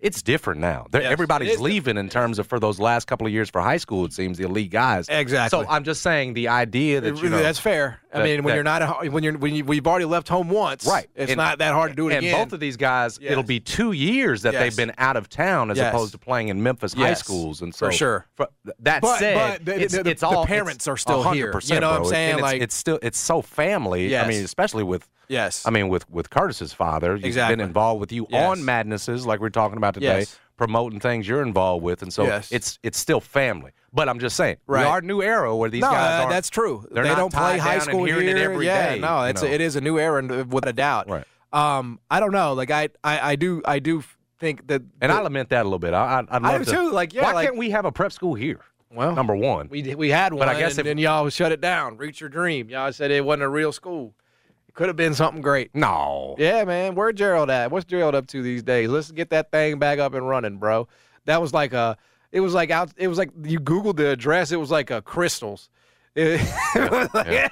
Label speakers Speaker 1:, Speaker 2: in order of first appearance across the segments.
Speaker 1: It's different now. They're-
Speaker 2: Yes, it
Speaker 1: everybody's
Speaker 2: is
Speaker 1: leaving in terms of for those last couple of years for high school. It seems the elite guys.
Speaker 2: Exactly.
Speaker 1: So I'm just saying the idea that you know,
Speaker 2: that's fair. I
Speaker 1: that-
Speaker 2: mean, when
Speaker 1: that-
Speaker 2: you're not at ho- when you're when you, we've already left home once,
Speaker 1: Right.
Speaker 2: It's
Speaker 1: And-
Speaker 2: not that hard to do it
Speaker 1: and
Speaker 2: again.
Speaker 1: both of these guys,
Speaker 2: Yes.
Speaker 1: it'll be two years that
Speaker 2: Yes.
Speaker 1: they've been out of town as
Speaker 2: Yes.
Speaker 1: opposed to playing in Memphis high
Speaker 2: Yes.
Speaker 1: schools. And so
Speaker 2: For sure.
Speaker 1: fr- that
Speaker 2: But-
Speaker 1: said,
Speaker 2: but the-
Speaker 1: it's,
Speaker 2: the- the-
Speaker 1: it's
Speaker 2: the
Speaker 1: all it's
Speaker 2: parents are still here.
Speaker 1: 100%,
Speaker 2: You know what I'm
Speaker 1: bro.
Speaker 2: saying?
Speaker 1: And it's,
Speaker 2: Like-
Speaker 1: it's still it's so family. I
Speaker 2: Yes.
Speaker 1: mean, especially with
Speaker 2: yes,
Speaker 1: I mean, with with Curtis's father, you've
Speaker 2: Exactly.
Speaker 1: been involved with you
Speaker 2: Yes.
Speaker 1: on madnesses like we're talking about today,
Speaker 2: Yes.
Speaker 1: promoting things you're involved with, and so
Speaker 2: Yes.
Speaker 1: it's it's still family. But I'm just saying,
Speaker 2: Right.
Speaker 1: we are new era where these
Speaker 2: no,
Speaker 1: guys
Speaker 2: uh,
Speaker 1: are.
Speaker 2: that's true.
Speaker 1: they're
Speaker 2: they
Speaker 1: not
Speaker 2: don't
Speaker 1: tied
Speaker 2: play
Speaker 1: down
Speaker 2: high
Speaker 1: and
Speaker 2: school
Speaker 1: hearing it
Speaker 2: here.
Speaker 1: every
Speaker 2: yeah,
Speaker 1: day,
Speaker 2: no,
Speaker 1: you
Speaker 2: it's
Speaker 1: know.
Speaker 2: it is a new era and, with a doubt.
Speaker 1: Right.
Speaker 2: Um, I don't know. Like I, I, I do, I do think that.
Speaker 1: and
Speaker 2: that-
Speaker 1: I lament that a little bit. I, I, I'd love
Speaker 2: I do
Speaker 1: to,
Speaker 2: too. Like yeah,
Speaker 1: why
Speaker 2: like,
Speaker 1: can't we have a prep school here?
Speaker 2: well,
Speaker 1: Number one,
Speaker 2: we we had one,
Speaker 1: But I guess
Speaker 2: and
Speaker 1: if-
Speaker 2: then y'all shut it down. Reach your dream. Y'all said it wasn't a real school. It could have been something great.
Speaker 1: no,
Speaker 2: Yeah, man. Where Gerald at? What's Gerald up to these days? Let's get that thing back up and running, bro. That was like a. It was like out. It was like you googled the address. It was like a crystals. It, it was like,
Speaker 1: yeah.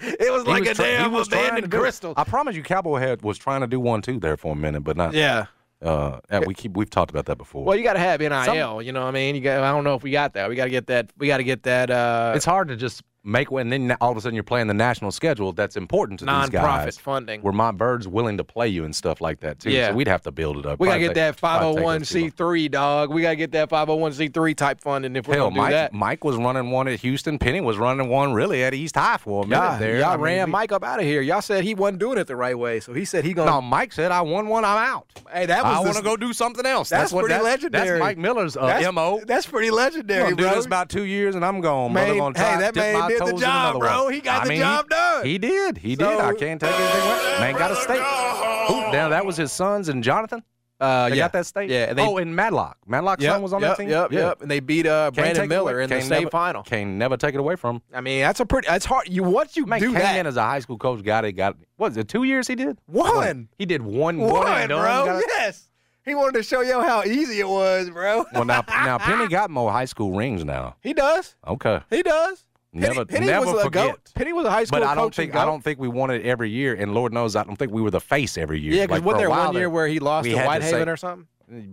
Speaker 2: it was
Speaker 1: He
Speaker 2: like
Speaker 1: was
Speaker 2: a
Speaker 1: try- he
Speaker 2: damn
Speaker 1: was trying to
Speaker 2: abandoned
Speaker 1: do it.
Speaker 2: crystal.
Speaker 1: I promise you, Cowboy Head was trying to do one too there for a minute, but not.
Speaker 2: Yeah.
Speaker 1: Uh, and we keep we've talked about that before.
Speaker 2: Well, you got to have nil. you know what I mean? You got. I don't know if we got that. We got to get that. We got to get that. Uh,
Speaker 1: it's hard to just make one, and then all of a sudden you're playing the national schedule that's important to these
Speaker 2: non-profit
Speaker 1: guys.
Speaker 2: funding.
Speaker 1: Were my birds willing to play you and stuff like that too?
Speaker 2: Yeah.
Speaker 1: So we'd have to build it up.
Speaker 2: We gotta
Speaker 1: Probably
Speaker 2: get
Speaker 1: take-
Speaker 2: that
Speaker 1: probably take us too long.
Speaker 2: 501c3 dog. We gotta get that 501c3 type funding if we're
Speaker 1: Hell,
Speaker 2: gonna do
Speaker 1: Mike,
Speaker 2: that.
Speaker 1: Mike was running one at Houston. Penny was running one really at East High for a minute
Speaker 2: Y'all,
Speaker 1: there.
Speaker 2: y'all
Speaker 1: I mean,
Speaker 2: ran
Speaker 1: we-
Speaker 2: Mike up out of here. Y'all said he wasn't doing it the right way, so he said he gonna.
Speaker 1: No, Mike said I won one. I'm out.
Speaker 2: hey, that was.
Speaker 1: I
Speaker 2: the-
Speaker 1: want to go do something else.
Speaker 2: That's
Speaker 1: That's, what
Speaker 2: pretty
Speaker 1: that-
Speaker 2: legendary.
Speaker 1: That's Mike Miller's uh,
Speaker 2: that's,
Speaker 1: mo.
Speaker 2: That's pretty
Speaker 1: I'm
Speaker 2: legendary,
Speaker 1: gonna do
Speaker 2: bro.
Speaker 1: this about two years and I'm gone.
Speaker 2: Man,
Speaker 1: Brother, gonna try
Speaker 2: hey,
Speaker 1: and
Speaker 2: that
Speaker 1: dip
Speaker 2: man
Speaker 1: my
Speaker 2: did the
Speaker 1: toes in
Speaker 2: job,
Speaker 1: another
Speaker 2: bro.
Speaker 1: one.
Speaker 2: He got
Speaker 1: I
Speaker 2: the
Speaker 1: mean,
Speaker 2: job
Speaker 1: he,
Speaker 2: done.
Speaker 1: He did. He
Speaker 2: So-
Speaker 1: did. I can't take anything away. Man got a steak. Ooh, now that was his sons and Jonathan.
Speaker 2: uh,
Speaker 1: They
Speaker 2: yeah.
Speaker 1: got that steak.
Speaker 2: Yeah, and they-
Speaker 1: oh, and Madlock. Madlock's
Speaker 2: Yep,
Speaker 1: son was on
Speaker 2: yep,
Speaker 1: that team.
Speaker 2: Yep,
Speaker 1: Yeah.
Speaker 2: yep. And they beat uh,
Speaker 1: Can't
Speaker 2: Brandon
Speaker 1: take it away-
Speaker 2: Miller in the
Speaker 1: can't
Speaker 2: state
Speaker 1: never-
Speaker 2: final.
Speaker 1: Can never take it away from him.
Speaker 2: I mean, that's a pretty. That's hard. You once you
Speaker 1: Man,
Speaker 2: do
Speaker 1: came
Speaker 2: that,
Speaker 1: in as a high school coach, got it, got it. What is it, two years he did?
Speaker 2: One.
Speaker 1: He did one,
Speaker 2: one,
Speaker 1: one and done. got
Speaker 2: bro.
Speaker 1: it.
Speaker 2: Yes, he wanted to show you how easy it was, bro.
Speaker 1: Well, now, now Penny got more high school rings now.
Speaker 2: He does.
Speaker 1: Okay.
Speaker 2: He does.
Speaker 1: Never-
Speaker 2: Penny, Penny
Speaker 1: never
Speaker 2: was a goat.
Speaker 1: forget.
Speaker 2: Penny was a high school
Speaker 1: But I don't
Speaker 2: coach and
Speaker 1: think I
Speaker 2: goat.
Speaker 1: don't think we won it every year, and Lord knows I don't think we were the face every year.
Speaker 2: Yeah, because
Speaker 1: Like,
Speaker 2: wasn't
Speaker 1: for a
Speaker 2: there
Speaker 1: while
Speaker 2: one year where he lost
Speaker 1: we
Speaker 2: to
Speaker 1: had to
Speaker 2: Whitehaven
Speaker 1: say-
Speaker 2: or something?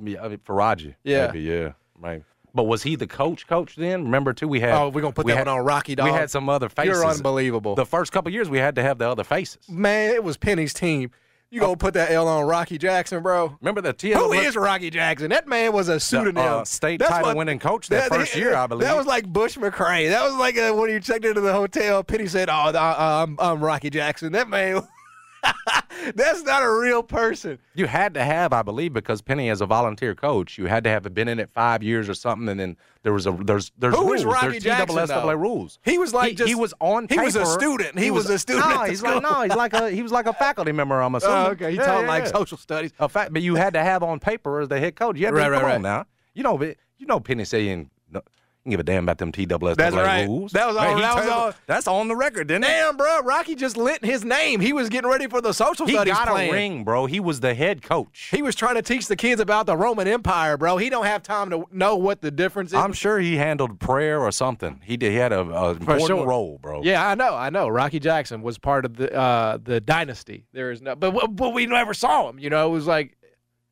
Speaker 1: Yeah, I mean, Faraji.
Speaker 2: Yeah.
Speaker 1: Maybe, yeah. Right. But was he the coach coach then? Remember too, we had
Speaker 2: Oh, we're gonna put
Speaker 1: we
Speaker 2: that
Speaker 1: had-
Speaker 2: one on Rocky Dog.
Speaker 1: We had some other faces.
Speaker 2: You're unbelievable.
Speaker 1: The first couple years we had to have the other faces.
Speaker 2: Man, it was Penny's team. You gonna put that L on Rocky Jackson, bro?
Speaker 1: Remember the TLM?
Speaker 2: Who is Rocky Jackson? That man was a pseudonym.
Speaker 1: uh, state
Speaker 2: That's
Speaker 1: title
Speaker 2: what-
Speaker 1: winning coach that first year, I believe.
Speaker 2: That was like Bush McCray. That was like uh when you checked into the hotel. Penny said, "Oh, I, I'm, I'm Rocky Jackson." That man, that's not a real person.
Speaker 1: You had to have, I believe, because Penny as a volunteer coach, you had to have been in it five years or something, and then there was a there's there's
Speaker 2: Who was
Speaker 1: rules.
Speaker 2: Rocky
Speaker 1: there's
Speaker 2: Jackson,
Speaker 1: TSSAA
Speaker 2: though?
Speaker 1: rules.
Speaker 2: He was like
Speaker 1: he,
Speaker 2: just-
Speaker 1: he was on.
Speaker 2: he was a
Speaker 1: paper.
Speaker 2: student. He was a student
Speaker 1: No,
Speaker 2: at the
Speaker 1: he's like
Speaker 2: school.
Speaker 1: no, he's like a he was like a faculty member. I'm assuming.
Speaker 2: Oh, okay, he
Speaker 1: Yeah,
Speaker 2: taught
Speaker 1: yeah,
Speaker 2: like
Speaker 1: yeah.
Speaker 2: social studies.
Speaker 1: a fact, but you had to have on paper as the head coach. You had to
Speaker 2: Right,
Speaker 1: come
Speaker 2: right, right.
Speaker 1: on now. You know, but you know, Penny saying no, you give a damn about them TSSAA
Speaker 2: That's right.
Speaker 1: rules.
Speaker 2: That was all-
Speaker 1: he
Speaker 2: that was
Speaker 1: told-
Speaker 2: all-
Speaker 1: That's on the record, didn't it?
Speaker 2: Damn, bro, Rocky just lent his name. He was getting ready for the social
Speaker 1: He
Speaker 2: studies
Speaker 1: got
Speaker 2: plan.
Speaker 1: a ring, bro. He was the head coach.
Speaker 2: He was trying to teach the kids about the Roman Empire, bro. He don't have time to know what the difference is.
Speaker 1: I'm sure he handled prayer or something. He did. He had a, a important
Speaker 2: sure.
Speaker 1: role, bro.
Speaker 2: yeah, I know, I know. Rocky Jackson was part of the uh, the dynasty. There is no, but but we never saw him. You know, it was like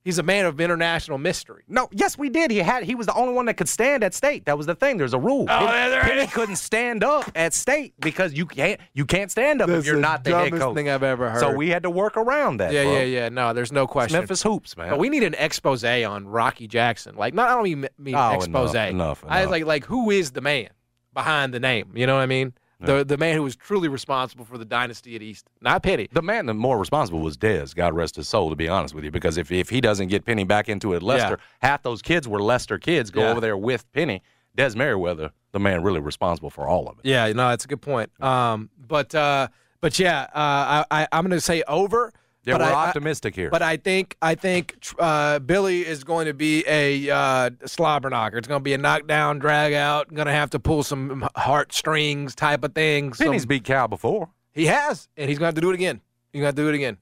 Speaker 2: He's a man of international mystery.
Speaker 1: No, yes, we did. He had he was the only one that could stand at state. That was the thing. There's a rule.
Speaker 2: Oh,
Speaker 1: Penny-
Speaker 2: yeah, there it
Speaker 1: Penny
Speaker 2: is.
Speaker 1: couldn't stand up at state because you can't you can't stand up if
Speaker 2: That's
Speaker 1: you're
Speaker 2: the
Speaker 1: not the head
Speaker 2: dumbest
Speaker 1: coach.
Speaker 2: thing I've ever heard.
Speaker 1: So we had to work around that.
Speaker 2: Yeah,
Speaker 1: bro.
Speaker 2: yeah, yeah. No, there's no
Speaker 1: It's
Speaker 2: question.
Speaker 1: Memphis hoops, man.
Speaker 2: But we need an expose on Rocky Jackson. Like, not I don't mean, mean
Speaker 1: Oh,
Speaker 2: expose.
Speaker 1: enough, enough,
Speaker 2: I
Speaker 1: enough.
Speaker 2: like like who is the man behind the name? You know what I mean? The the man who was truly responsible for the dynasty at East, not Penny.
Speaker 1: the man the more responsible was Dez, God rest his soul, to be honest with you, because if, if he doesn't get Penny back into it, Lester, half those kids were Lester kids go
Speaker 2: Yeah.
Speaker 1: over there with Penny. Des Merriweather, the man really responsible for all of it.
Speaker 2: Yeah, no, that's a good point. Um, but uh, but yeah, uh, I, I I'm gonna say over.
Speaker 1: Yeah,
Speaker 2: but
Speaker 1: we're
Speaker 2: I- I-
Speaker 1: optimistic here.
Speaker 2: But I think I think tr- uh, Billy is going to be a uh, slobber knocker. It's going to be a knockdown, drag out. Going to have to pull some heartstrings type of things. some-
Speaker 1: Penny's beat Cal before.
Speaker 2: He has, and he's gonna have to do it again. He's gonna have to do it again.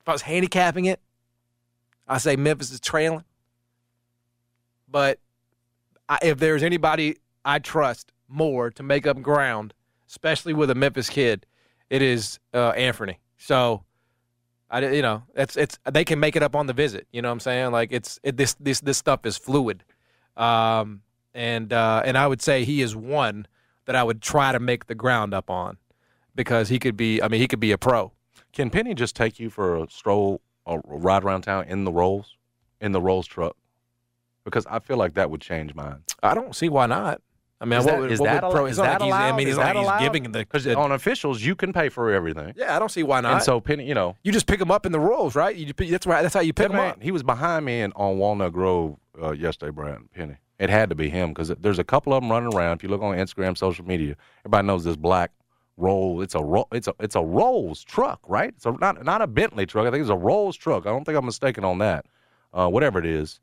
Speaker 2: If I was handicapping it, I say Memphis is trailing. But I, if there's anybody I trust more to make up ground, especially with a Memphis kid, it is uh, Anthony. So. I, di- you know, it's it's they can make it up on the visit. You know what I'm saying? Like it's it, this this this stuff is fluid, um, and uh, and I would say he is one that I would try to make the ground up on because he could be. I mean, he could be a pro.
Speaker 1: Can Penny just take you for a stroll or a ride around town in the Rolls, in the Rolls truck? Because I feel like that would change mine.
Speaker 2: I don't see why not. I mean,
Speaker 1: Is
Speaker 2: what
Speaker 1: that-
Speaker 2: would,
Speaker 1: is
Speaker 2: what
Speaker 1: that
Speaker 2: would
Speaker 1: allo-
Speaker 2: pro?
Speaker 1: is
Speaker 2: it's not
Speaker 1: that
Speaker 2: like he's, I
Speaker 1: allowed?
Speaker 2: mean,
Speaker 1: Is
Speaker 2: it's
Speaker 1: that
Speaker 2: not like
Speaker 1: allowed?
Speaker 2: he's giving the. Cause
Speaker 1: On officials, you can pay for everything.
Speaker 2: yeah, I don't see why not.
Speaker 1: And so Penny, you know,
Speaker 2: you just pick him up in the rolls, right? You just- that's right. That's how you pick
Speaker 1: that
Speaker 2: him
Speaker 1: man,
Speaker 2: up.
Speaker 1: he was behind me in, on Walnut Grove uh, yesterday, Brian Penny. It had to be him because there's a couple of them running around. If you look on Instagram, social media, everybody knows this black roll. It's a roll. It's a it's a Rolls truck, right? It's a, not not a Bentley truck. I think it's a Rolls truck. I don't think I'm mistaken on that. Uh, whatever it is,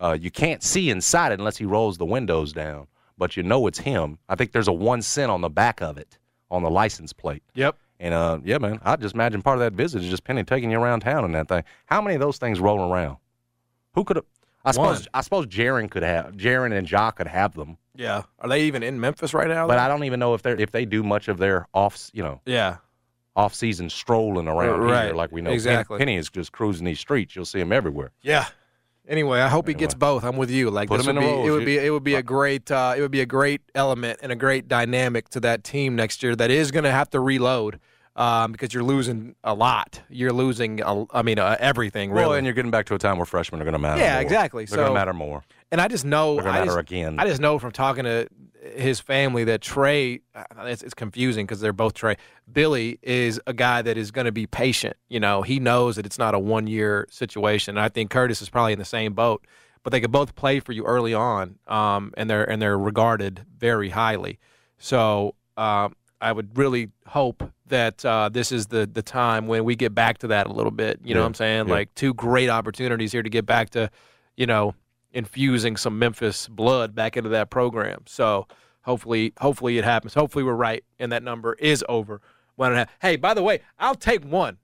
Speaker 1: uh, you can't see inside it unless he rolls the windows down. But you know it's him. I think there's a one cent on the back of it on the license plate.
Speaker 2: Yep.
Speaker 1: And uh, yeah, man, I just imagine part of that visit is just Penny taking you around town and that thing. How many of those things roll around? Who could have? I suppose
Speaker 2: One.
Speaker 1: I suppose Jaron could have Jaron and Ja could have them,
Speaker 2: Yeah. Are they even in Memphis right now?
Speaker 1: but I don't even know if they are if they do much of their off you know
Speaker 2: yeah.
Speaker 1: off season strolling around here
Speaker 2: Right.
Speaker 1: like we know. Pen-
Speaker 2: Exactly.
Speaker 1: Penny is just cruising these streets. You'll see him everywhere.
Speaker 2: Yeah. Anyway, I hope he gets both. I'm with you. Like
Speaker 1: Put
Speaker 2: this
Speaker 1: him
Speaker 2: would
Speaker 1: in
Speaker 2: be,
Speaker 1: the
Speaker 2: it
Speaker 1: Rolls.
Speaker 2: would be, it would be a great, uh, it would be a great element and a great dynamic to that team next year that is going to have to reload um, because you're losing a lot. You're losing, a, I mean, uh, everything really.
Speaker 1: Well, and you're getting back to a time where freshmen are going to matter.
Speaker 2: Yeah,
Speaker 1: more.
Speaker 2: exactly.
Speaker 1: They're going
Speaker 2: So-
Speaker 1: to matter more.
Speaker 2: And I just know,
Speaker 1: They're going to
Speaker 2: I
Speaker 1: matter
Speaker 2: just,
Speaker 1: again.
Speaker 2: I just know from talking to his family that Trey, uh, it's, it's confusing because they're both Trey. Billy is a guy that is going to be patient. You know, he knows that it's not a one year situation. And I think Curtis is probably in the same boat, but they could both play for you early on, um, and they're and they're regarded very highly. So um, I would really hope that uh, this is the the time when we get back to that a little bit. You know
Speaker 1: Yeah,
Speaker 2: what I'm saying?
Speaker 1: yeah.
Speaker 2: Like two great opportunities here to get back to, you know, infusing some Memphis blood back into that program. So hopefully, hopefully it happens. Hopefully we're right and that number is over one and a half. Hey, by the way, I'll take one.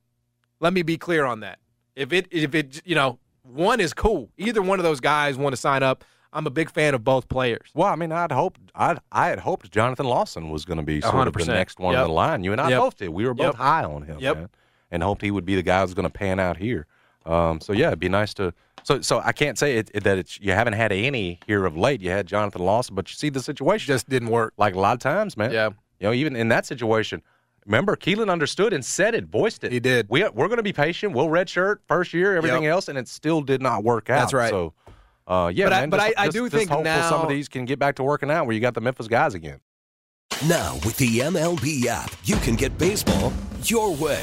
Speaker 2: Let me be clear on that. If it if it you know one is cool. Either one of those guys want to sign up. I'm a big fan of both players.
Speaker 1: Well, I mean, I'd hoped I I had hoped Jonathan Lawson was going to be sort of the
Speaker 2: 100%.
Speaker 1: next one
Speaker 2: Yep.
Speaker 1: in the line. You and I
Speaker 2: Yep.
Speaker 1: both did. We were both
Speaker 2: Yep.
Speaker 1: high on him,
Speaker 2: Yep.
Speaker 1: man, and hoped he would be the guy who's going to pan out here. Um, so yeah, it'd be nice to. So so I can't say it, it- that it's you haven't had any here of late. You had Jonathan Lawson, but you see the situation
Speaker 2: Just didn't work.
Speaker 1: like a lot of times, man.
Speaker 2: Yeah.
Speaker 1: You know, even in that situation, remember Keelan understood and said it, voiced it.
Speaker 2: He did.
Speaker 1: We we're going to be patient. We'll redshirt first year, everything else, and it still did not work out.
Speaker 2: That's right.
Speaker 1: So. Uh, yeah,
Speaker 2: But I-
Speaker 1: man,
Speaker 2: but
Speaker 1: just-
Speaker 2: I- I
Speaker 1: just-
Speaker 2: do
Speaker 1: just
Speaker 2: think
Speaker 1: hopeful some
Speaker 2: now-
Speaker 1: of these can get back to working out where you got the Memphis guys again.
Speaker 3: Now, with the MLB app, you can get baseball your way.